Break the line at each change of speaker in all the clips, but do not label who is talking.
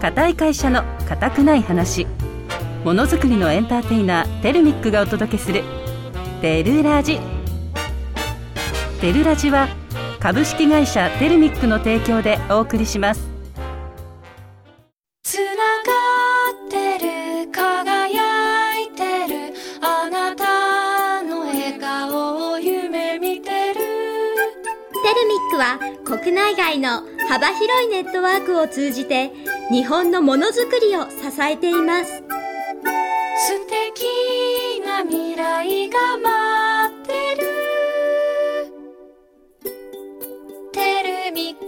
固い会社の固くない話ものづくりのエンターテイナーテルミックがお届けする「テルラジ」テルラジは株式会社テルミックの提供でお送りします
つながってる輝いてるあなたの笑顔を夢見てる
テルミックは国内外の幅広いネットワークを通じて日本のものづくりを支えています
素敵な未来が待ってるテルミック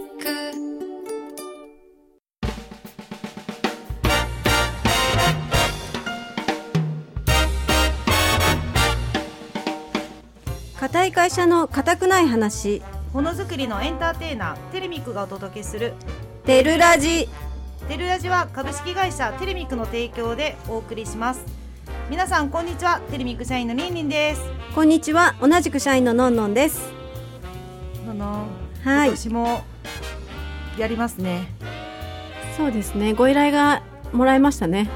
固い会社の固くない話
ものづくりのエンターテイナーテルミックがお届けする
テルラジ
テルラジは株式会社テルミックの提供でお送りします皆さんこんにちはテルミック社員のりんりんです
こんにちは同じく社員ののんのんです
のの
はい
今年もやりますね
そうですねご依頼がもらいましたね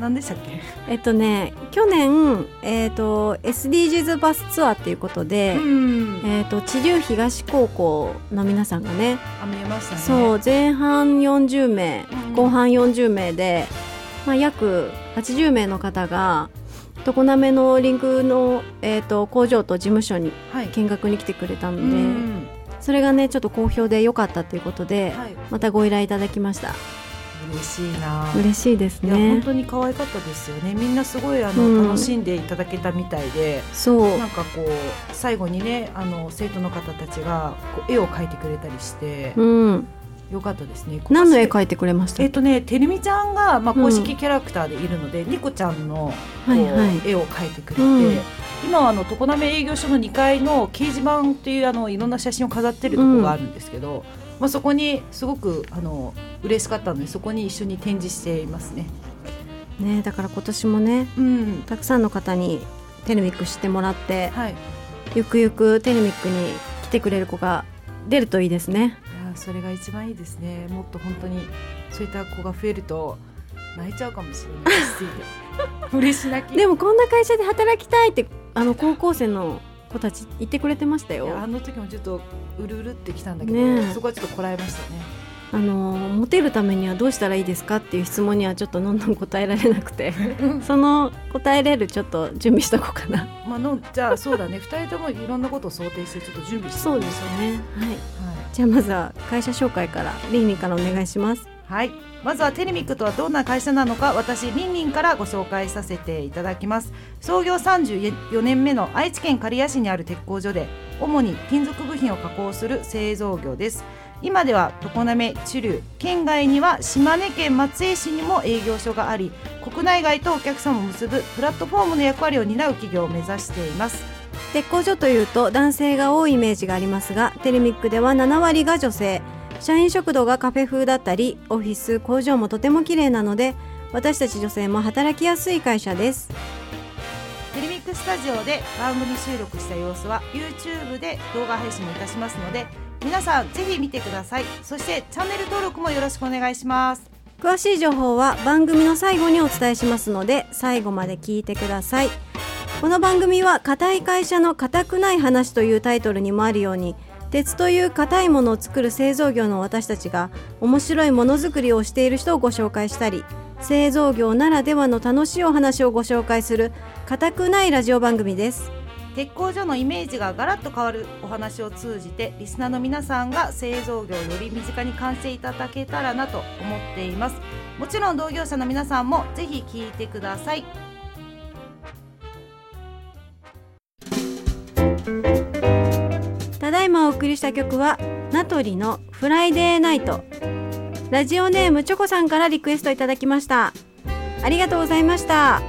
何でしたっけ
えっとね去年、えっと SDGs バスツアーっていうことで、
ん
えっと地流東高校の皆さんがね
あ見えましたね
そう前半40名
うん
後半40名で、まあ、約80名の方が常滑のリンクの、えっと工場と事務所に
はい
見学に来てくれたの
う
で、
ん
それがねちょっと好評で良かったということで、
はい
またご依頼いただきました
嬉しいな
嬉しいです
いや本
ね
当に可愛かったですよねみんなすごいあの、
うん
楽しんでいただけたみたいで
そう
なんかこう最後にねあの生徒の方たちがこう絵を描いてくれたりして、
うん、
よかったですね
何の絵
い
描いてくれました
えっとねてるみちゃんが、まあ、
うん
公式キャラクターでいるので、ニコちゃんのこう、
はいはい
絵を描いてくれて、
うん
今はあの常滑営業所の2階の掲示板っていうあのいろんな写真を飾ってるところがあるんですけど、まあ、そこにすごくあの嬉しかったのでそこに一緒に展示していますね。
ねだから今年もね
うん
たくさんの方にテルミック知ってもらって
はい、い
ゆくゆくテルミックに来てくれる子が出るといいですね
やそれが一番いいですねもっと本当にそういった子が増えると泣いちゃうかもしれないですついて 嬉し泣き
でもこんな会社で働きたいってあの高校生の子たち言ってくれてました
いやあ
よ
の時もちょっとうるうるってきたんだけど、
ねえ
そこはちょっとこらえましたね
あのモテるためにはどうしたらいいですかっていう質問にはちょっとどんどん答えられなく てその答えれるちょっと準備しとこうかな
まあのじゃあそうだね二人ともいろんなことを想定してちょっと準備してみましょ
ねはい
は
じゃあまずは会社紹介からリーニンからお願いします
い、はい、まずはテレミックとはどんな会社なのか私りんりんからご紹介させていただきます創業34年目の愛知県刈谷市にある鉄工所で主に金属部品を加工する製造業です今では常滑、知立、県外には島根県松江市にも営業所があり国内外とお客様を結ぶプラットフォームの役割を担う企業を目指しています
鉄工所というと男性が多いイメージがありますがテルミックでは7割が女性社員食堂がカフェ風だったりオフィス工場もとても綺麗なので私たち女性も働きやすい会社です
テレミックスタジオで番組収録した様子は YouTube で動画配信もいたしますので皆さんぜひ見てくださいそしてチャンネル登録もよろしくお願いします
詳しい情報は番組の最後にお伝えしますので最後まで聞いてくださいこの番組は「固い会社の固くない話」というタイトルにもあるように鉄という固いものを作る製造業の私たちが面白いものづくりをしている人をご紹介したり製造業ならではの楽しいお話をご紹介する固くないラジオ番組です
鉄工所のイメージがガラッと変わるお話を通じてリスナーの皆さんが製造業をより身近に感じていただけたらなと思っていますもちろん同業者の皆さんもぜひ聞いてください
ただいまお送りした曲はナトリのフライデーナイトラジオネームチョコさんからリクエストいただきましたありがとうございました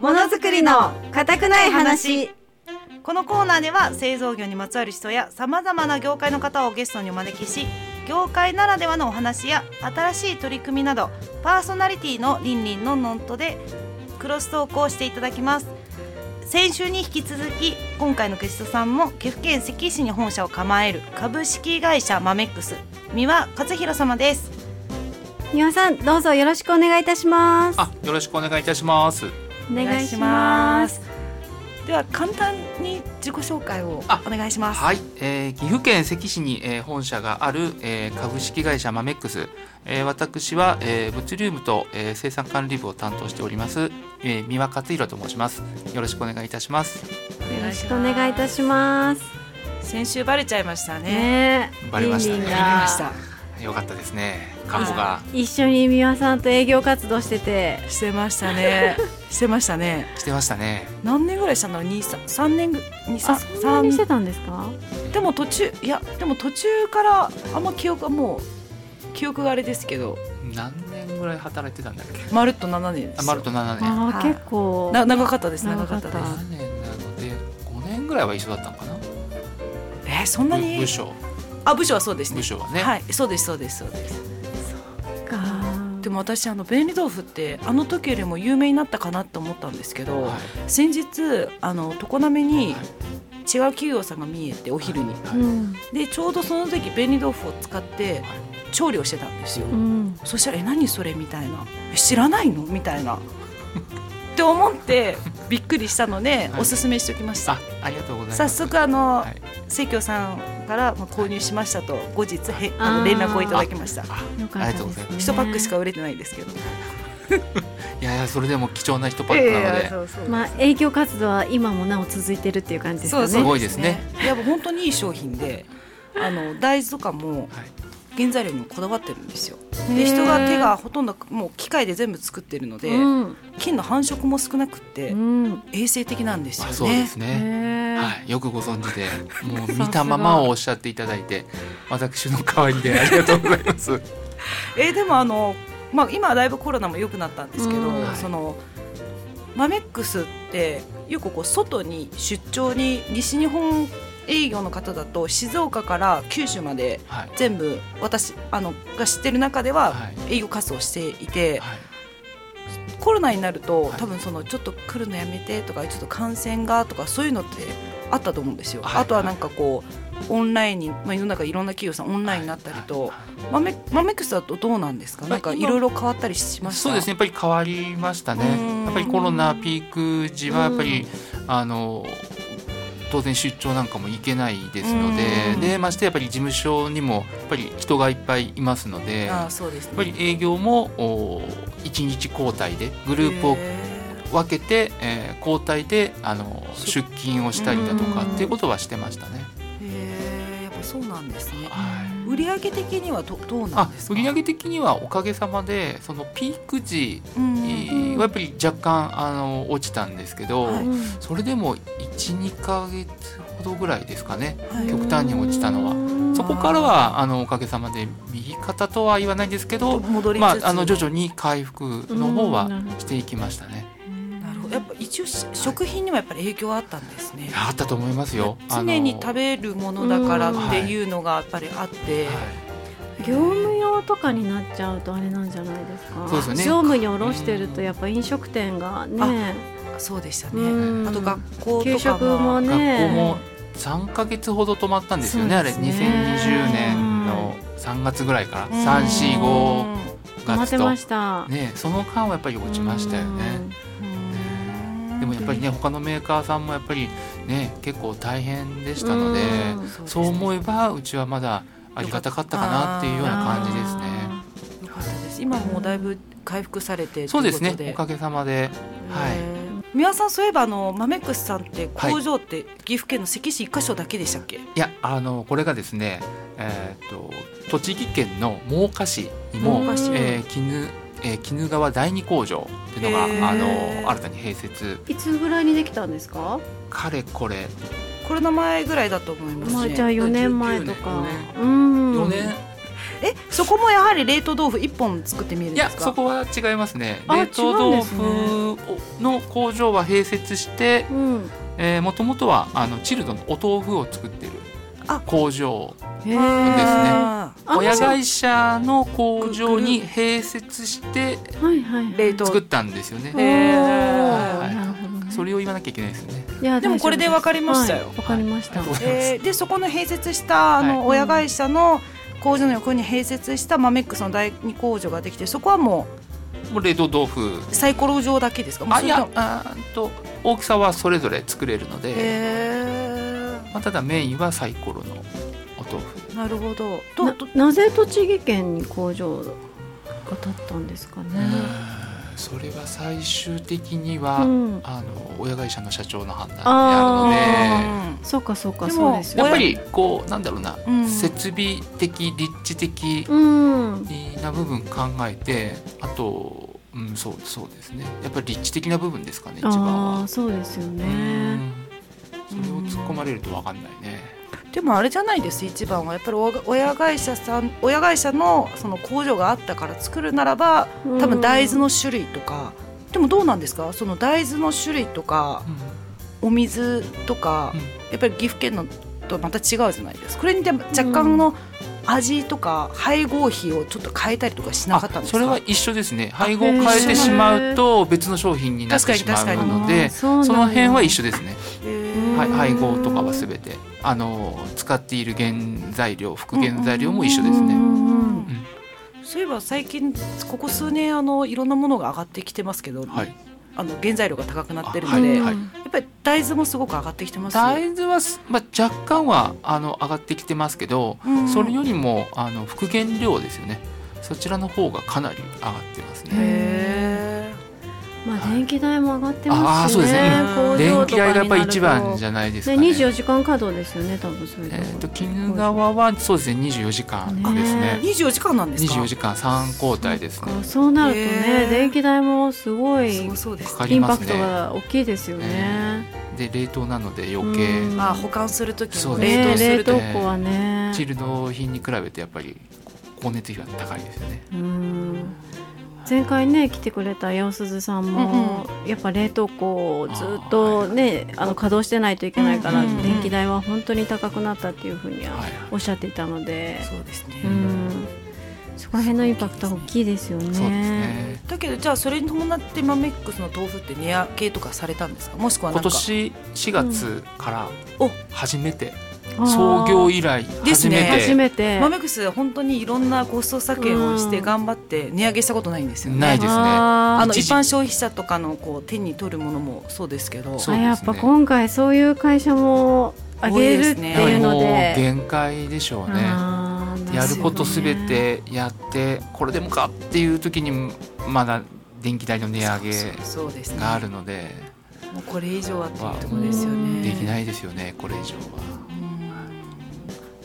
ものづくりの固くない話
このコーナーでは製造業にまつわる人やさまざまな業界の方をゲストにお招きし業界ならではのお話や新しい取り組みなどパーソナリティのりんりんのんのんとでクロストークをしていただきます先週に引き続き今回のゲストさんも岐阜県関市に本社を構える株式会社マメックス三輪勝弘様です
三輪さんどうぞよろしくお願いいたします
あ、よろしくお願いいたします。
お
お願いしますでは簡単に自己紹介を
あ
お願いします
はい、えー岐阜県関市に、えー本社がある、えー株式会社マメックス、えー私は、えー物流部と、えー生産管理部を担当しております、えー、三輪勝弘と申しますよろしくお願いいたします
よろし
お願いいたします
先週バレちゃいました
ね
ね
バレましたね
リンリン
バ
が
レました
よかったですね過去が
一緒に三輪さんと営業活動してて
してましたね してましたね
してましたね
何年ぐらいしたの二三三年ぐ二
あ
三
そんなにして
三
たんですか
でも途中いやでも途中からあんま記憶がもう記憶があれですけど
何年ぐらい働いてたんだっけ
まるっと七年です
あ
よ
まるっと7年
あー、
はい
結構
な長かったです長
長
か
か
っ
ったた
です
7年なので5年ぐらいは一緒だったのかな
えー、そんな
部
に
部署
あ部署はそうですね
部署はね、
はいそうですそうですそうです
か
でも私あの便利豆腐ってあの時よりも有名になったかなと思ったんですけど、
は
先日あの常滑
い
に違う企業さんが見えてお昼に、
はい
うん
でちょうどその時便利豆腐を使って
はい
調理をしてたんですよ、
うん
そしたら「え何それ?」みたいな「え知らないの?」みた いなって思ってびっくりしたので、
はい
おすすめしておきました
あありがとうございます
早速あの、
はい
生協さんからまあ購入しましたと後日へあの
あー
連絡をいただきました
あ
よか
あ
っ
りが
た
とう
で
ございます
す
一パックしか売れてないですけど。
いやいやそれでも貴重な一パックなので、
まあ営業活動は今もなお続いてるっていう感じですかね
すごいですね。
いやもう本当にいい商品で、あの大豆とかも
はい
原材料にもこだわってるんですよ。で人が手がほとんどもう機械で全部作ってるので、
うん
菌の繁殖も少なくって
うん
衛生的なんですよ
あ
ね。
そうです
へ
ね。
ー
はい、よくご存知で、もう見たままをおっしゃっていただいて、私の代わりでありがとうございます。
えーでもあのまあ今はだいぶコロナも良くなったんですけど、
うん
はい
そのマメックスってよくこう外に出張に西日本営業の方だと静岡から九州まで
はい、
全部私あのが知ってる中では
は
営業活動していて、
はい、
コロナになると、
はい
多分そのちょっと来るのやめてとかちょっと感染がとかそういうのってあったと思うんですよ、
はい
あとはなんかこうオンラインに、まあ、世の中いろんな企業さんオンラインになったりと、
は
マメマメックスだとどうなんですか
い
なんかいろいろ変わったりしま
い
した
そうですね、やっぱり変わりました
うん
ね。やっぱりコロナピーク時はやっぱり、あの。当然出張なんかも行けないですの
う
で
ん
でましてやっぱり事務所にもやっぱり人がいっぱいいますので
あ
や
あそうですね
っぱり営業もお1日交代でグループを
へ
分けて、えー交代であの
出
出勤をしたりだと
う
か
ん
っていうことはしてましたね。
ーへーやっぱそうなんですね
はい
売上的にはどどうなん
あ
ですか
売上的にはおかげさまでそのピーク時
うん
はやっぱり若干あの落ちたんですけど、
はい
それでも12ヶ月ほどぐらいですかね
はい
極端に落ちたのは
は
そこからはあのおかげさまで右肩とは言わないんですけど、
戻りつつ、
まあ、あの徐々に回復の方
うん
は
なるほ
していきましたね。
なるほどやっぱ一応し食品にもやっぱり影響はあったんですね
いやあったと思いますよ。あの
常に食べるものだから
うん
っていうのがやっぱりあって、
はい
業務用とかになっちゃうとあれなんじゃないですか
そうですよ
業
ね
務に下ろしてるとやっぱ飲食店がね、
そうでした
う
ね、
ん
あと学校
給
とか
食も
学校
ね
も3ヶ月ほど止まったんですよね
そう
あ
で
れ
すね
2020年の3月ぐらいから
待っ
345
て
月
ま
と
した。
ねその間はやっぱり落ちましたよね
うん
でもやっぱりね他のメーカーさんもやっぱりね結構大変でしたので
うん
そう思えばうちはまだありがたかったかなっていうような感じですね
よかったです今もうだいぶ回復されて
そうです
とい
ねお
うこと
かげさまではい
い三輪さんそういえばあのマメックスさんって
はい
工場って岐阜県の関市一箇所だけでしたっけ、
いやあのこれがですねえーっと栃木県の真岡市にも
真岡市
えー絹えー絹川第二工場っていうのが
へー
あの新たに併設
いつぐらいにできたんですか？
かれこれ
コロナ前ぐらいだと思いますね、
まあじゃあ四年前とか。う
4
ん。
年、
えそこもやはり冷凍豆腐一本作ってみるん
い
で
や
すか
そこは違いますね
あ
冷凍豆腐
違う
の工場は併設して
うん。
もともとはあのチルドのお豆腐を作ってる
あ
工場
へ
ですね
あー
親会社の工場に
ぐ
併設して
はいはい。
冷凍
作ったんですよね
へー
はい
なるほどね。
それを言わなきゃいけないですよね。
いや
でもこれで分かりましたよ
はいわ、かりました、
はい
えーでそこの併設したあ
は
の
い
親会社の工場の横に併設したマメックスの第二工場ができてそこはも
もう冷凍豆腐。
うサイコロ状だけですかもう
あ
そ
い
れと
や
も
あーんと大きさはそれぞれ作れるので、
へ
まあ、ただメインはサイコロのお豆腐。
ーなるほど
な
とと
なぜ栃木県に工場が建ったんですかね、
それは最終的に
う
は、
ん、
あの親会社の社長の判断であるので。
う
そうかそうか
で
そ
も
うです
や
よ
っぱりこうなんだろうな、
うん
設備的立地的
うん
な部分考えてあと、うん、そうそうですねやっぱり立地的な部分ですかね一番
あ
は
あ。そうですよ
う
ね
んそれを突っ込まれると分かんないね。
んでもあれじゃないです一番はやっぱりお親会社さん親会社のその工場があったから作るならば多分大豆の種類とか、でもどうなんですかその大豆の種類とかお水とか、
うん
やっぱり岐阜県のとまた違うじゃないですかこれにでも若干の味とか配合比をちょっと変えたりとかしなかったん
あ
です
そ
か
れは一緒ですね配合を変えてしまうと別の商品になってしま
確か
う
に
ので
そ
その辺は一
緒
緒ですね、
へー
はい、配合とかは全てあの使っている原材料副原材料も一緒ですね。ん
そういえば最近ここ数年あのいろんなものが上がってきてますけど、
はい
あの原材料が高くなってる
あ
ので、
は
や
い
っぱり大豆もすごく上がってきてます
大豆はす、まあ、若干はあの上がってきてますけど、
うん
それよりもあの復元量ですよねそちらの方がかなり上がってますね、
へ
まあ
はい
電気代も上がって
あ
ま
あ
す
そ
し
うですね
ね工場とかにな
電
ると
気代がやっぱり一番じゃないですかね
ね24時間稼働ですよね多分それで
え
も
ー、と絹川はそうですね24時間です
ー
ね
24時間なんですか
24時間3交代ですね
そっかそうなると
へ
ね
ー
電気代もすごい
すごそうです
かか
イ
り
ン
ま
パ
す
クト
ね
が大きいですよね。
で冷凍なので余計
うん
あ保管する時
そ
も
うで
冷凍
ね
す
す
冷
ると
凍
ね
庫はね。
チルド品に比べてやっぱり光熱費が高いですよね
うん前回ね来てくれた八百鈴さんも、やっぱ冷凍庫をずっとねあの稼働してないといけないから、
うんうんうん
電気代は本当に高くなったっていうふうには
はい
おっしゃっていたので、
そうですね、
うん、そこら辺のインパクトは大きいですよね。
そうですね
だけどじゃあそれに伴ってマメックスの豆腐って値上げとかされたんですかもしくはな
今
んか
年4月から
お
初めて
あー
創業以来
です
初
ね
め
初
て
めて
マメックスは本当にいろんなコスト削減をして頑張って値上げしたことないんですよね。
ないですね
あ
あの
一
一
時
般消費者とかのこう手に取るものもそうですけど
ー
そうですね
あやっぱ今回そういう会社も上げるって
多
いうので。
もう限界でしょうね
あー
やることすべ
なる
てやってこれでもかっていう時にまだ電気代の値上
そう
げ
そうですね
があるので
もうこれ以上はっていうところですよね
できないですよねこれ以上
うん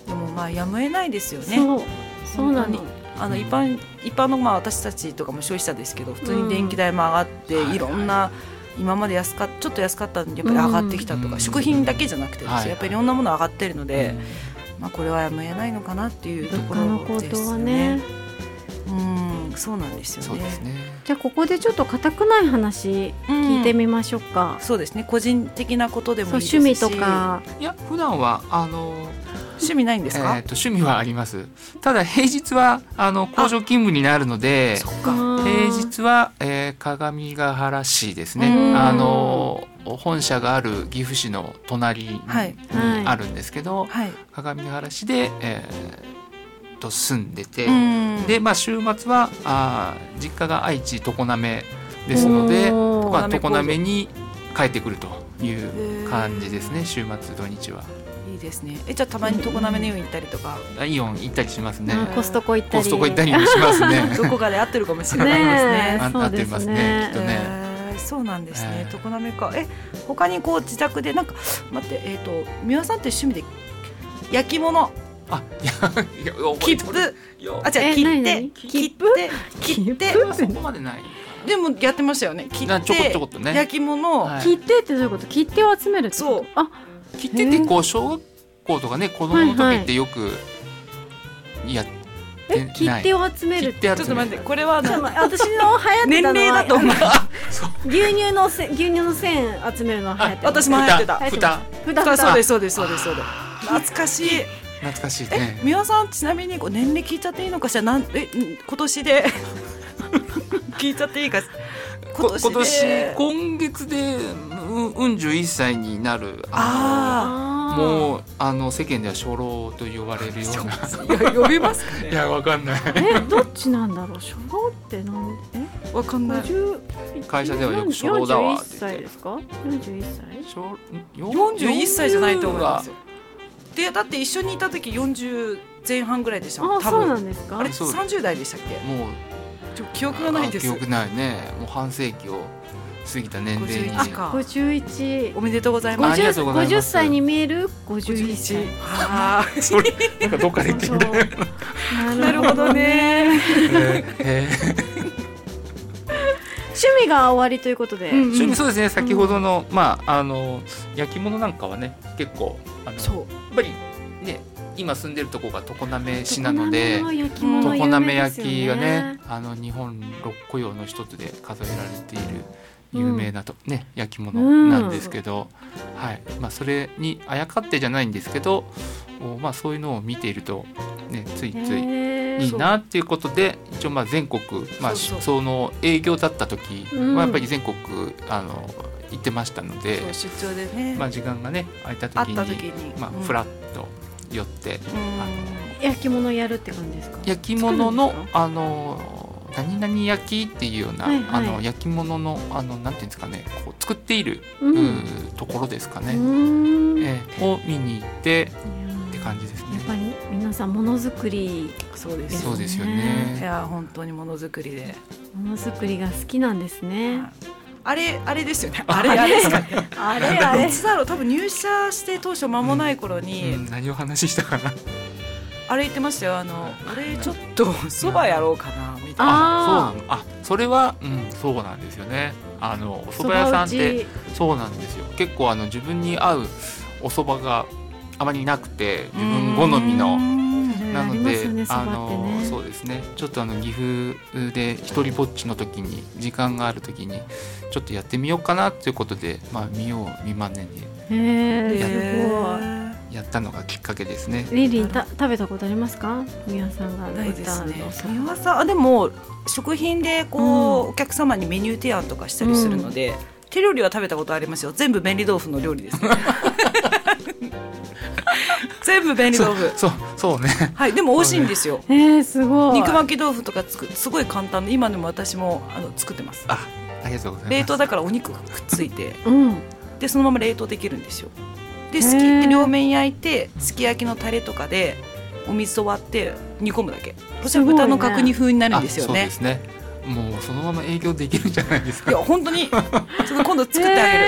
でもまあやむを得ないですよ
ほ
ね
どねそうそうな
本当
の
にあの一般一般のまあ私たちとかも消費者ですけど普通に電気代も上がって、
うん
いろんな今まで安かっちょっと安かったのにやっぱり上がってきたとか、
うん
食品だけじゃなくてですね
はい
やっぱりいろんなもの上がってるので、
は。
まあ、これはやむを得ないのかなっていうと
物
こ
価の
ろ
高
です
騰
よ
は
ね
ね。
うんそうなんですよ
そう
ね
ですね
じゃあここでちょっと固くない話聞いてみましょうか、
そうですね個人的なことでもいい
そう
ですし
趣味とか
いや普段はあの、
趣味ないんで
え
す
ー
か、
と趣味はありますただ平日はあの工場勤務になるので
そっ
あ
か
ー
平日は、えー鏡ヶ原市ですね
うん
あの本社がある岐阜市の隣に
はい
はい
あるんですけど、
はい
鏡ヶ原市で、えーと住んでて、
うん
で、まあ、週末はあー実家が愛知常滑ですので、
おー
まあ、
常滑
常
工場
滑に帰ってくるという
へー
感じですね週末土日はい
いですねえじゃあたまに常滑のように行ったりとか、
あイオン行ったりしますね
まあコストコ行ったり
コストコ行ったりもしますね
どこかで合ってるかもしれ
ね
ないですね
え
あ
そうです
合ってます
ね
ねきっとね
えーそうなんですね
え。ー
常滑か。え、他にこう自宅でなんか待ってえっ、と三輪さんって趣味で焼き物、
あいやいや覚え
切
ておる
符、
いや
あじゃ
え
切っ
何
て
何
切
切
って切って
あそこまでないかな
でもやってましたよね。切
な
っ
ちょこ
て
ちょこっとね
焼き物、
は い
切手ってどういうこと切手を集めるってこと
そう
あ
切手ってこう小学校とかね子供の時ってよくやって
え切
ない
手を集めるって
切手
ちょっ
集
と
める
待ってこれはあの
私の流行って
年
たの
齢だ
は
と 思う。
牛乳のせ牛乳の線集めるのは流行ってます
私も流行ってた。
はい
蓋
普段
あ
か
そう
ら
ですそうですそうですそうです。懐かしい。
懐かしい
え
ね、
三輪さんちなみにこう年齢聞いちゃっていいのかしらなんえん今年 で聞いちゃっていいか今
こ
年で
今年今月でうううん十一歳になるあ
あ
のもうあの世間では初老と呼ばれるような
あいや呼びますか
い
ね
やわかんない
えどっちなんだろう初老って何え
わかんない
50
会社ではよく初老だわっ
41
て言っ
歳
て
ですか41歳
初
41
41
歳じゃないと思いますよでだって一緒にいた時40前半ぐらいでしたも
あ
ん多
そうな
分
んですか
あれ
そう
30代でしたっけ
もう
ちょ記憶がないです
あ記憶ないねもう半世紀を過ぎた年齢に
51か
51
おめでとうございます
ありがとうございます
50歳に見える51歳
あー
それなんかどっかで聞いたよう
なるほどね
なね えー
趣味が終わりということで、
趣味そうですね先ほどの、まああの焼き物なんかはね結構あの
そう
やっぱりね今住んでるとこが常滑市
常
なの
滑
で
の焼き
常
物有
滑
名で
焼
すよ
きがね
ね
あの日本六古窯の一つで数えられている有名なと、ね焼き物なんですけど、はいまあ、それにあやかってじゃないんですけど、おまあ、そういうのを見ていると、ね、ついつい
へー
いいなっていうことで一応まあ全国、ま
そう
あ、
そう
その営業だった時
うん
はやっぱり全国あの行ってましたので、
そう出張でね
まあ、時間がね空いた時
会っ
に
た時に
まあ、
うん
フラッと寄って、あの
焼き物やるって感じですか
焼き物の
作るんです
あの何々焼きっていうような、
はいはい
あの焼き物のあのなんていうんですかねこう作っている、
う
うんーところですかね、
うん
えーを見に行って
っ
って感じですね
やっぱり皆さんものづくり
そうで
じ
す
そうですよ
い
ね
や本当にものづくりで
ものづくりが好きなんですね。
あれあれですよねあれあれですかね
あれ
あれいつだろう多分入社して当初間もない頃に、
うん、何を話したかな
あれ言ってましたよあの俺ちょっとそばやろうかなみたいな
あ
あー
そうなのあそれは、うん、そうなんですよねあのお蕎麦屋さんってそうなんですよ結構あの自分に合うお蕎麦があまりなくて自分好みのな
な
の
の
で、
で、ね、そばって
の
ね。
そうですねちょっとあの岐阜で一人ぼっちの時に時間がある時にちょっとやってみようかなということで、まあ、見よう見まね
へえ
へ
す
ー
にやったのがきっかけですね
ごい。リンリンた食べたことありますか？宮さんが
ないですね
歌うのそば
三輪さんあでも食品でこう、
うん
お客様にメニュー提案とかしたりするので、手料理は食べたことありますよ全部便利豆腐の料理です、 ね、全部便利
そう
豆腐
そうそうね
はいでも美味しいんですよ
えー、すごい。
肉巻き豆腐とかつくすごい簡単で今でも私もあの作ってます
あありがとうございます
冷凍だからお肉がくっついて
うん。
でそのまま冷凍できるんですよで
へー
すきって両面焼いてすき焼きのタレとかでお水を割って煮込むだけそしたら豚の角煮風になるんですよ
あそう
ね
ですねもうそのまま営業できるんじゃないです
い
か
や本当にちょっと今度作ってあげる、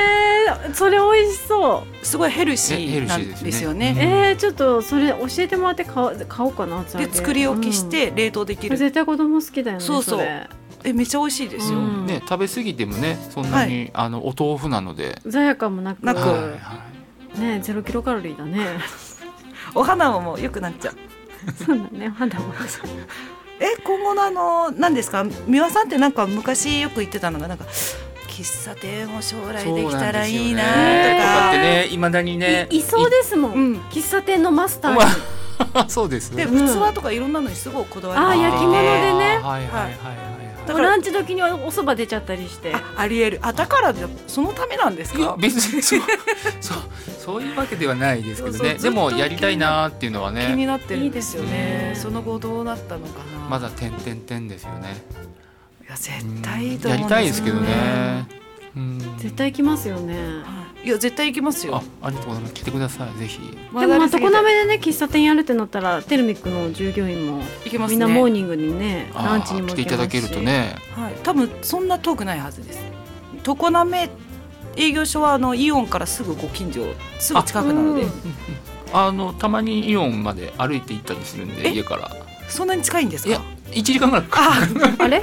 えー、それ美味しそう。
すごいヘルシ
ねヘ
ー
ル
な
シ
ん
ーですね
ですよね
えー、ちょっとそれ教えてもらって買おう買おうかな。厚揚げ
で作り置きし、て冷凍で
う
き
んこれ
る、
絶対子供好きだよね。
そうそう
れ
えめっちゃ美味しいですよ、
うん
ね、食べ過ぎてもねそんなに、
は
あのお豆腐なので、
罪悪感もなく。
なく
はいはい
ねゼロキロカロリーだね。
お花ももう良くなっちゃう
そうだね。肌も。
え今後のあの何ですか美輪さんってなんか昔よく言ってたのがなんか喫茶店を将来できたらいいなと
そうなんですよねとかっ
か
てねいまだにね
いいそうですもん、
うん
喫茶店のマスターに、
まあそうです
で
ね
うん
器とかいろんなのにすごいこだわり
あー
があっ
焼き物でね
あーはいはいはいはいはい
だから
ランチ時にはおそば出ちゃったりして
あありえるあだからだそのためなんです
いや
か
別にそうそうそういうわけではないですけど
そうそ
ね
う
でもやりたいなーっていうのは
気に
ね
なってるんですよ
いい
ね
ですね
その後どうなったのかな
まだ点点点ですよね
いや絶
うん
対いいと
や
思
り
うん
たいですけど
よ
ねうん
絶対行きますよね
はいいや絶対行きますよ
あありがとうございます来てくださいぜひ
でもまあ常
こな
滑でね喫茶店やるってなったらテルミックの従業員も
行けます
み
ね
んなモーニングにね
あー
ランチにも
来
行
ていただけると
ますし
ね
はい多分そんな遠くないはずです常滑営業所はあのイオンからすぐご近所すぐ近くなので、
うん
あのたまにイオンまで歩いて行ったりするんで
え
家から
そんなに近いんです
いや
か
1時間ぐらいかか
あ
あれ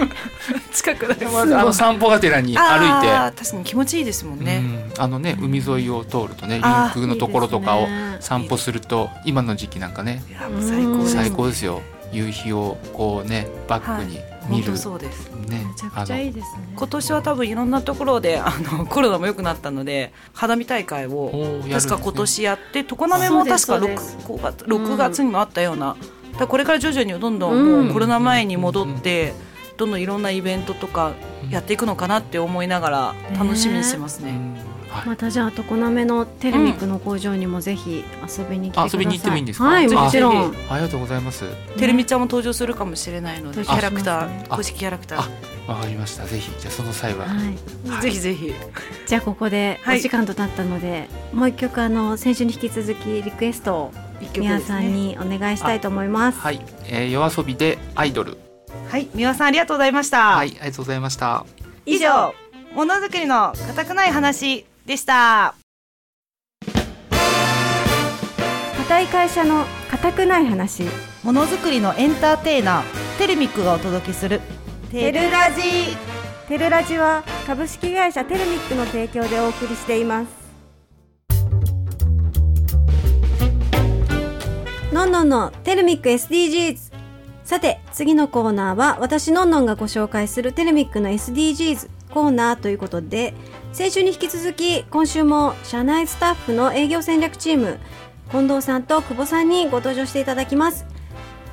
近くない
る まずあの散歩がてらに
あ
歩
ー確かに気持ちいいですもん
いて
ね、
うんあのね海沿いを通るとねリン
あー
クのところとか
いい
を
ですね
散歩すると今の時期なんかね
いやもう最高です
最高ですよ夕日をこうねバックに
本
見る、
当そうです
ね
めちゃ
あ
くちゃい
の
いですね
今年は多分いろんなところであの コロナも良くなったので花見大会を
おーやるんです
確か
ね
今年やって常滑も確か
そうです
6月六月にもあったようなだからこれから徐々にどんどん
うん
もうコロナ前に戻ってどんどんいろんなイベントとかやっていくのかなって思いながら楽しみにしてます
う
ね。
んはい
またじゃあ常滑のテルミックの工場にもぜひ遊びに来てください、
遊びに行ってもいいんですか
はいもちろ
ぜひ
ん
ありがとうございます。
てるみちゃんも登場するかもしれないので、キャラクタ
登場します
ー、公式キャラクター、
わかりました。ぜひじゃあその際は、
はい、
ぜひぜひ。
じゃあここでお
はい
時間となったので、もう一曲あの先週に引き続きリクエストを
一曲
宮
で
田
す
さん
ね。
にお願いしたいと思います、
はい、えー、夜遊びでアイドル。
はい、三輪さんありがとうございました。
はい、ありがとうございました。
以上、ものづくりの固くない話でした。
硬い会社の硬くない話
ものづくりのエンターテイナー、テルミックがお届けする。テルラジ
テルラジは株式会社テルミックの提供でお送りしていますのんのんのテルミック SDGs さて次のコーナーは私のんのんがご紹介するテルミックの SDGs コーナーということで先週に引き続き今週も社内スタッフの営業戦略チーム近藤さんと久保さんにご登場していただきます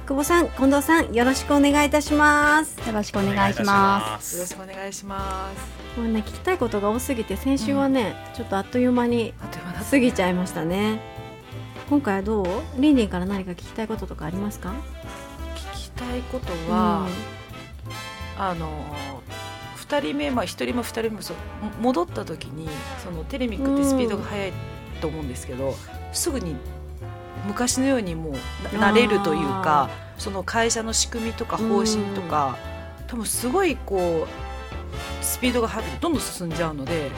久保さん近藤さんよろしくお願いいたします
よろしくお願いしま
よろしくお願いします。
もうね聞きたいことが多すぎて先週はね、ちょっとあっという間に
あっという間だった
過ぎちゃいましたね今回はどうリンリンから何か聞きたいこととかありますか
聞きたいことは、あの2人目まあ1人目2人目もそうも戻った時にそのテレミックってスピードが速いと思うんですけど、すぐに昔のようにもうな慣れるというかその会社の仕組みとか方針とか、多分すごいこうスピードが速くてどんどん進んじゃうので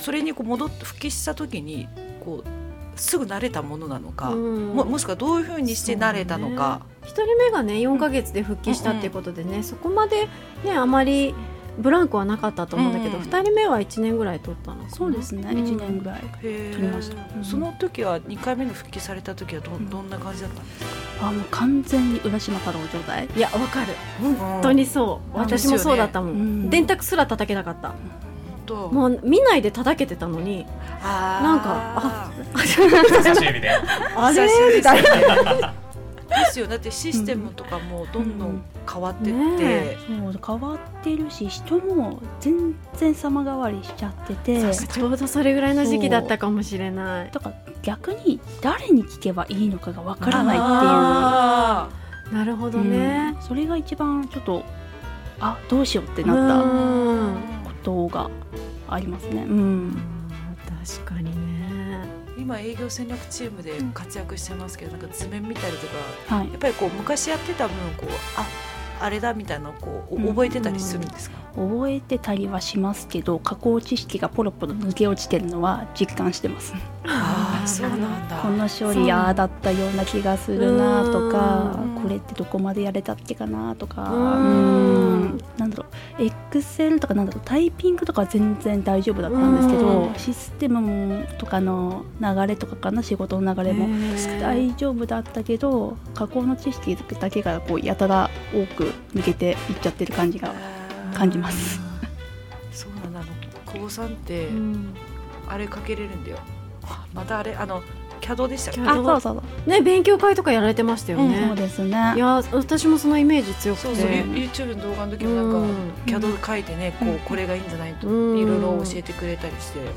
それにこう戻って復帰した時にこうすぐ慣れたものなのか、
うん
ももしくはどういうふうにして慣れたのか。
一人目がね4ヶ月で復帰したっていうことでね、そこまでねあまりブランクはなかったと思うんだけど、
うん
二2人目は1年ぐらい取ったの
す。そうですね、
うん
一年ぐらい。
へー
取りました
うん
その時は2回目の復帰された時はどどんな感じだったんです
あ、もう完全に浦島太郎状態。
いやわかる
か
本当にそう、
うん
私もそうだったもん、
うん
電卓すら叩けなかった、
と
もう見ないで叩けてたのにな
なん
か
久しぶりで。
あれみたいなですよだってシステムとかもどんどん変わってって、
うんねえ
そう、変わってるし、人も全然様変わりしちゃってて。
ちょうどそれぐらいの時期だったかもしれない
だから逆に誰に聞けばいいのかがわからないっ
あ
なるほ
て
ど
いう、
ね
うんそれが一番ちょっとあどうしようって
う
なっ
ん
たことがありますね。うん、
確かにね
今営業戦略チームで活躍してますけどなんか図面見たりとか
はい
やっぱりこう昔やってた分こうああれだみたいなのをこう
うん
お覚えてたりするんですか、
覚えてたりはしますけど加工知識がポロポロ抜け落ちてるのは実感してます。
ああそうなんだ
この処理ああだったような気がするなとか
うん
これってどこまでやれたっけかなとか
うん
うんなんだろう Excel とかなんだろうタイピングとかは全然大丈夫だったんですけ
う
ど
ん
システムとかの流れとかかな仕事の流れも大丈夫だったけど加工の知識だけがこうやたら多く抜けていっちゃってる感じが感じます。
そうなんだあの久保さんって、
うん
あれかけれるんだよあまたあれあのキャドでしたっけ
あ
なる
そ
ほ
う
ど
そうそう
ね勉強会とかやられてましたよね、
そうですね
いや私もそのイメージ強くて
そうそう、ユ YouTube の動画の時もなんか、
うん
キャド書いてねこ
う
うんこれがいいんじゃないと、
うん
いろいろ教えてくれたりして、
う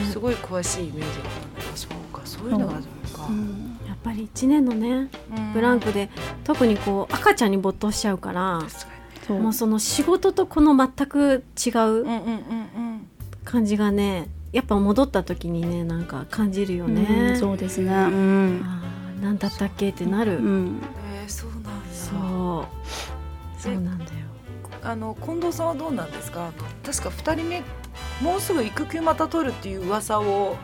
ん
すごい詳しいイメージがあったんだけどそうかそういうのがあるのか、
うん
やっぱり1年のねブランクで、特にこう赤ちゃんに没頭しちゃうから
確か
そう
もうその仕事とこの全く違
に
う
うんうんうん
感じがねやっぱ戻った時にねなんか感じるよね、
うんそうですね。うん。
あー何だったっけってなる、
うん。
えー、そうなんだ
そうそうなんだよ
あの近藤さんはどうなんですか確か2人目もうすぐ育休また取るっていう噂を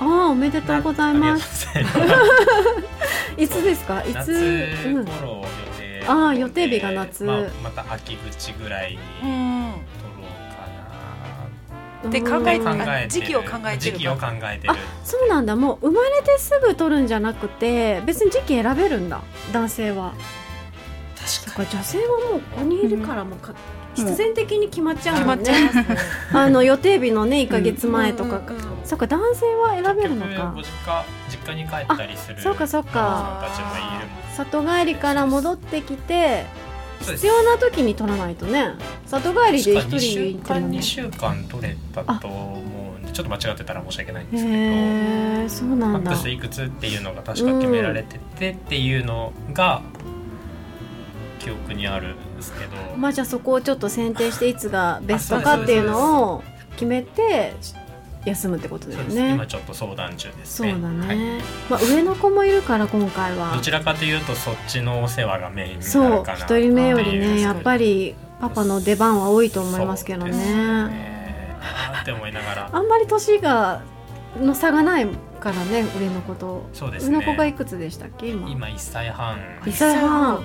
ああおめでとうございます
ありがとうございます。
いつです かいつ、
夏
うん、
頃予定。
あー予定日が夏
まあまた秋口ぐらいに取ろ
ん
うか
って考え
な。
て
考えてる。
時期を考えてる
時期を考えてる。
そうなんだもう生まれてすぐ取るんじゃなくて別に時期選べるんだ男性は
確
だから女性はもうここにいるからもうか、必然的に決まっちゃう
決ま
も
っ
ん
ちゃい
ね
ます ね
あの予定日のね1か月前とか、
うんうんうん
そっか男性は選べるの
結局
か
ご実家実家に帰ったりする。
そうかそうか
お母さんたちもいるもん。
里帰りから戻ってきて
そうで
必
す
要な時に取らないとね里帰りで
確
一
か2週
人
間2
週
週間取れたと思うんでちょっと間違ってたら申し訳ないんですけど、
へえそう
マ
なん
ッ
だ
クスいくつっていうのが確か決められててっていうのが記憶にあるんですけど、
まあじゃあそこをちょっと選定していつがベストかっていうのを決めて休むってことだ
そ
よ
うです
ね
今ちょっと相談中です
そう
ね
だね、
はい
まあ上の子もいるから今回は
どちらかというとそっちのお世話がメインにな
そ
る
う
かな
一人目より
っていう
ねやっぱりパパの出番は多いと思いますけど
そうですよ
ね
ねあーって思いながら
あんまり年がの差がないからね上の子と
そうです
上の子がい
ね
くつでしたっけ今
今1歳半
2歳半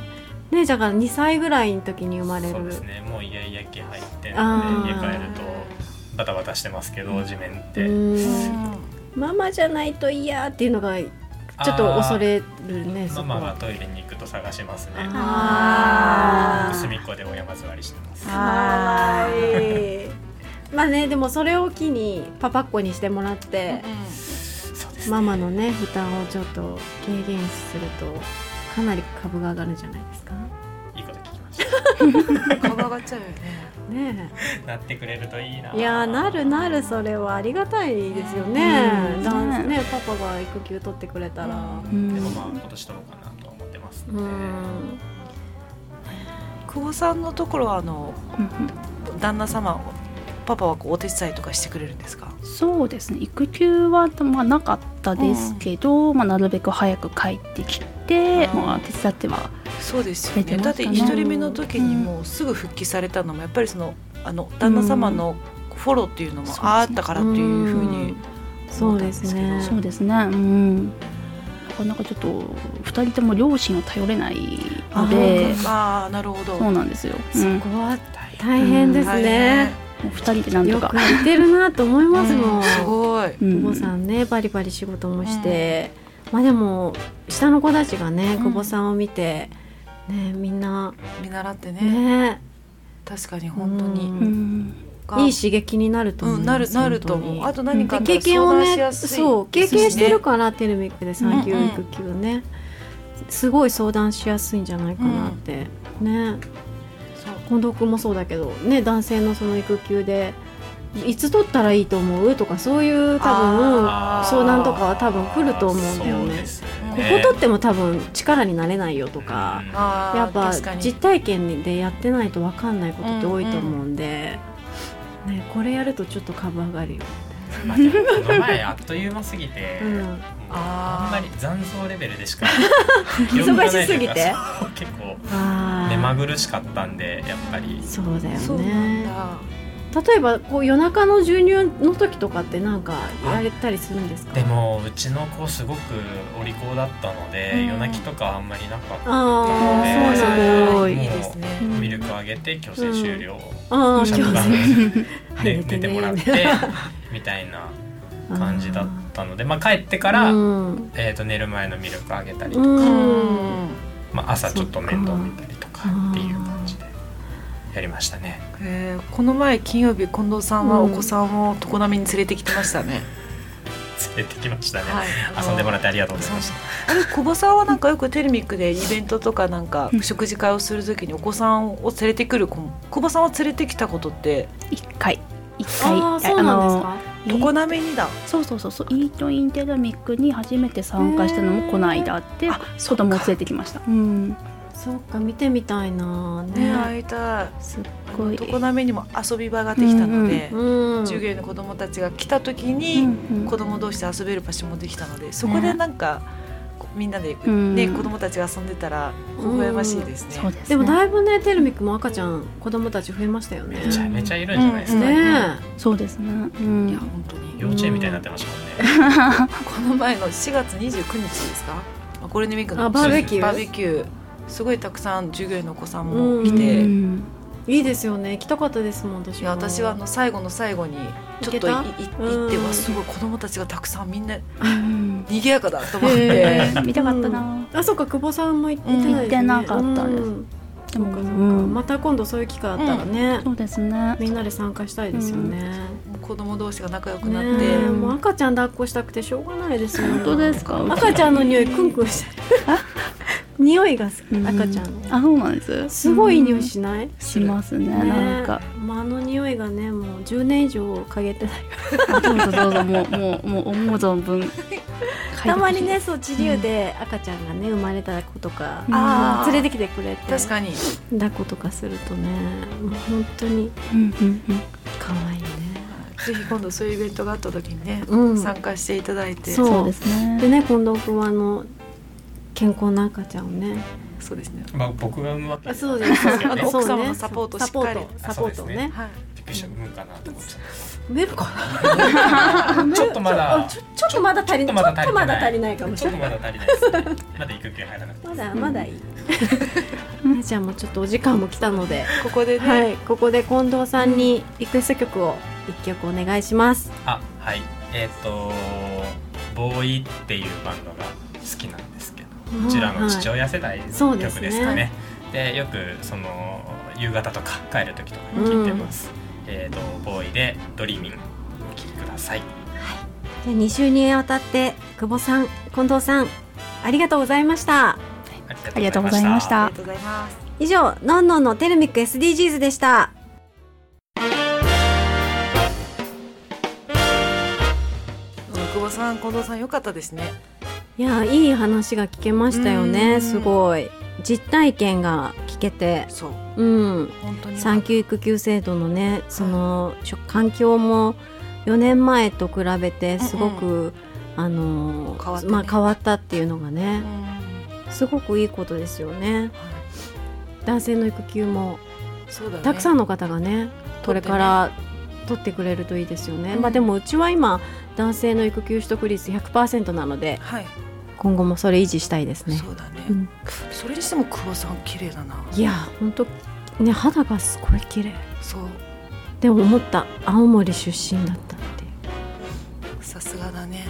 ねだから2歳ぐらいの時に生まれ
そうで
る
すねもうイヤイヤ期入ってる
あ
の
ー
で家帰るとバタバタしてますけど地面っ
う
て、
ーんママじゃないと嫌っていうのがち
あー
ょっと恐れるねそ
マ
こ
マが
は
トイレに行くと探しますね
あ
隅っこで親まずわりしてます
あーまあねでもそれを機にパパっ子にしてもらって
そうですね
ママのね負担をちょっと軽減するとかなり株が上がるんじゃないですか
いいこと聞きまし
顔が上がっちゃうよね。
ね
たなってくれるといいな
えいやーなるなるそれはありがたいですよ
う
ね
ん
ダンスねパパが育休取ってくれたら
でもまあ今年取ろうかなとは思ってます
う
ので、
ん
久保さんのところはあの
うん
旦那様パパはこうお手伝いとかしてくれるんですか。
そうですね育休は、まあ、なかったですけど、まあ、なるべく早く帰ってきて、
うん
まあ、手伝っては
そうですよ
出て
ね。だ
ま
っ
してたね
一人目の時にもうすぐ復帰されたのもやっぱりそのあの旦那様のフォローっていうのも
そうですね
あったからっていうふうに
そうですね
そうですねうんなかなかちょっと2人とも両親を頼れないので
ああなるほど。
そうなんですよ、う
そ
ん、も
こは大変です
大
ね
変、
う2人でなん
よ
と
く
か、
似てるなと思いますもん
すごい。
うん
久保さんねバリバリ仕事もして、まあでも下の子たちがね
うん
久保さんを見て、ねみんな
見習ってね
ね
確かに本当に、
うん
うん
が
いい刺激になると思
う
い
ん、
ます
なるなると
本当
思
に
うあと何かあった
経
ら
験
相
を
談し
ね
やすい
そう経験してる
か
からテレビックで産休育休ね、すごい相談しやすいんじゃないかなって、ね近藤君もそうだけどね男性のその育休でいつ取ったらいいと思うとかそういう多分
あー
相談とかは多分来ると思うんだよね
そうです
こ
こ
ね
こ取っても多分力になれないよとか、
うん
あー
やっぱ
確かに
実体験でやってないと分かんないことって多いと思うんで、ね、これやるとちょっと株上がるよ、
まあでもこの前あっという間すぎて、
う、
も
あ
うん
ー
あんまり残像レベルで しか
忙しすぎて
そう結構
あ
目ま
ー
ぐるしかったんでやっぱり
そうだよ
そうなん
ね
だ
例えばこう夜中の授乳の時とかってなんかやれたりするんですか
でもうちの子すごくお利口だったので、
うん
夜泣きとかあんまりなかった
ああ
ね
そうなん
す
だ
ごい
いいですね
うん
ミルクあげて強制終了、
ああ
シ
今
ャットダウ
日
ン
はい
で
寝て
寝
ね
てもらってみたいな感じだったので、まあ、帰ってから、
うん
えー、と寝る前のミルクあげたりと
う
か、
ん
まあ、朝ちょっと面倒見たりとかっていう感じでやりましたね。
えーこの前金曜日近藤さんは
う
お
ん
子さんを常滑に連れてきてましたね、
連れてきましたね、
はい
遊んでもらってありがとうございました。
あれ久保さんはなんかよくテレミックでイベントとかなんか食事会をするときにお子さんを連れてくる子も久保さんは連れてきたことって
1回1回
ああそうなんですか
あの
常滑にだ
そうそうそうそうイートインテルミックに初めて参加したのもこの間あって子供を連れてきましたうん
そっか見てみたいな
ね
ね
会いたい
すっ
あ
ごい
の常滑にも遊び場ができたので、
うん
従業員の子どもたちが来たとき
う
に
んうん
子ども同士で遊べる場所もできたのでそこでなんか、こうみんなで、ね
うん
子どもたちが遊んでたら微笑ましいですね。
そうです、ね、
でもだいぶねテルミックも赤ちゃん子供たち増えましたよね。
めちゃめちゃいるんじゃないです
う
か、
ん
ね
そうですねうん
いや本当に
幼稚園みたいになってましたもんね。
この前の4月29日ですかまあゴールデンウィーク
あ
の
バーベキュー
バーベキューすごいたくさん従業員のお子さん
う
も
ん
来て、
う
い
ん
え。いいですよね。行きたかったですもん私
や
は。
私はあの最後の最後にちょっといい
行け
行
た
って
うん
はすごい子供たちがたくさんみんな
うん
賑やかだと思って、
へ
見たかったな、
あそっか久保さんも行ってないですね
行ってなかったです
うん
で
そ
も
っかそっか
うん
また今度そういう機会あったらね、
そうですね
みんなで参加したいですよね。
子供同士が仲良くなって、
ねえもう赤ちゃん抱っこしたくてしょうがないですよ。
本当ですか
赤ちゃんの匂いクンクンして匂いが好き
うん
赤ちゃんの
あそうなんです
すごいいい匂いしない
しますね
ね
なんか
まああの匂いがねもう10年以上嗅げてない
どうぞどうぞもうもうもう思う存分
たまにねそう治療で赤ちゃんがね生まれた子とか、
うん
あー
連れてきてくれて
確かに
抱っことかするとねもう本当に
うんうんうん
可愛いね、
ぜひ今度そういうイベントがあった時にね、
うん
参加していただいて
そう
そうです
で
ね
ね近藤君はあの健康な赤ちゃんをね
そうですね
まあ、僕が産むわけじゃ
そう
ない
です
あの
そうね
奥様のサポートしっかり
サポートサポートをね
はい
びっくりした産むかなと思っちゃっ
産めるか
たちょっとまだ
ちょちょっとまだ足りないちょっとまだ足りないかもし
ちょ
れ
っ
な
と
い
まだ足りないですねまだ育休入らなくて
まだまだいいねじゃあもうちょっとお時間も来たので
ここでね、
はいここで近藤さんにリクエスト曲を一曲お願いします
あはいえっ、とボーイっていうバンドが好きなんですけどこちらの父親世代の
そう
曲
で
ですす
ね
かね。でよくその夕方とか帰る時とかに聴いてます。えっ、とボーイでドリーミングお聴きください。
じゃあ2週にわたって久保さん近藤さん
ありがとうございました
ありがとうございまし。
ありが
た
とうございます
以上「のんのんのテルミック SDGs」でした
うん久保さん近藤さん良かったですね
いやいい話が聞けましたよ
う
ね
ん
すごい実体験が聞けて
そう
うん
本当に
産休育休制度のねそのしょ環境も4年前と比べてすごく、あの
変わったね
まあ、変わったっていうのがね
う、ん
すごくいいことですよね男性の育休も
そうだね
たくさ
ん
んの方がねこれから取ってくれるといいですよね、
うん
まあ、でもうちは今男性の育休取得率100%なので
はい、
今後もそれ維持したいですね
そうだね、
うん
それにしても久保さん綺麗だない
や本当ね肌がすごい綺麗
そう
でも思った青森出身だったっていう
さすがだね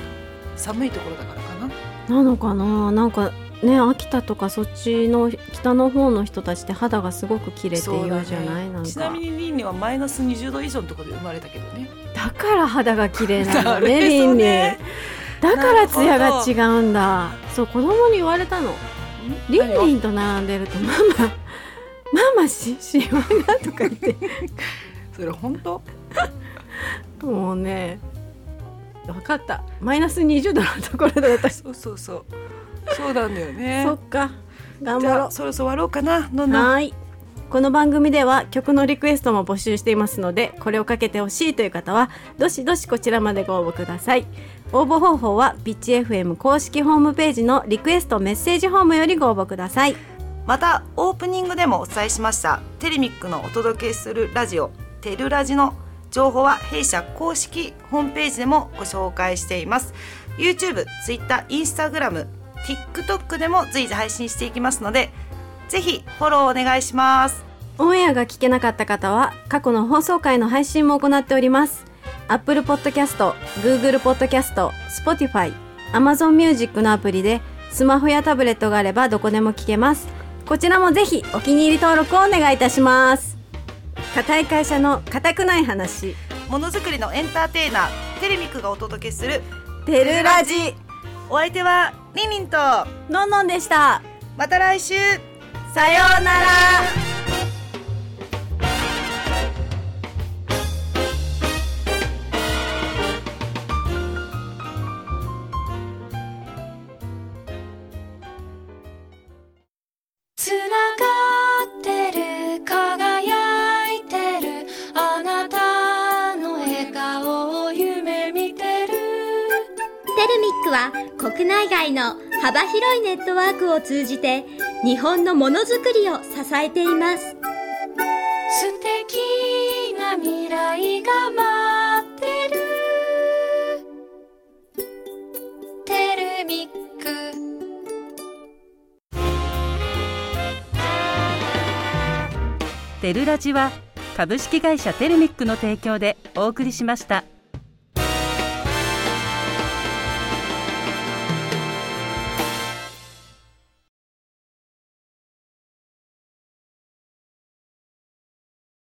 寒いところだからかな
なのかななんかね秋田とかそっちの北の方の人たちって肌がすごく綺麗って
そうだ
言う
ね
じゃない、なん
ちな
か
みにリンリンはマイナス20度以上のところで生まれたけどね
だから肌が綺 麗なの
だ
ね
ね
リンリン
そうね
だからツヤが違うんだそう子供に言われたのリンリンと並んでるとママ ママししわがとか言 って
それ本当
もうね分かったマイナス20度のところで私
そうそうそうそうなんだよね
そっか頑
じ
張
ゃ
ろ
あそろそろ終わろうかなど
うん
どん
はーいこの番組では曲のリクエストも募集していますのでこれをかけてほしいという方はどしどしこちらまでご応募ください応募方法はピッチ FM 公式ホームページのリクエストメッセージホームよりご応募ください
またオープニングでもお伝えしましたテレミックのお届けするラジオ「テルラジ」の情報は弊社公式ホームページでもご紹介しています YouTube、Twitter、Instagram、TikTok でも随時配信していきますのでぜひフォローお願いします
オンエアが聞けなかった方は過去の放送回の配信も行っております Apple Podcast、Google Podcast、Spotify、Amazon Music のアプリでスマホやタブレットがあればどこでも聞けますこちらもぜひお気に入り登録をお願いいたします固い会社の固くない話
ものづくりのエンターテイナーテレミックがお届けする
テルラジ
お相手はリンリンと
のんのんでした
また来週
さようなら
つながってる輝いてるあなたの笑顔を夢見てる
テルミックは国内外の幅広いネットワークを通じて日本のものづくりを支えています
素敵な未来が待ってるテルミック
テルラジは株式会社テルミックの提供でお送りしました。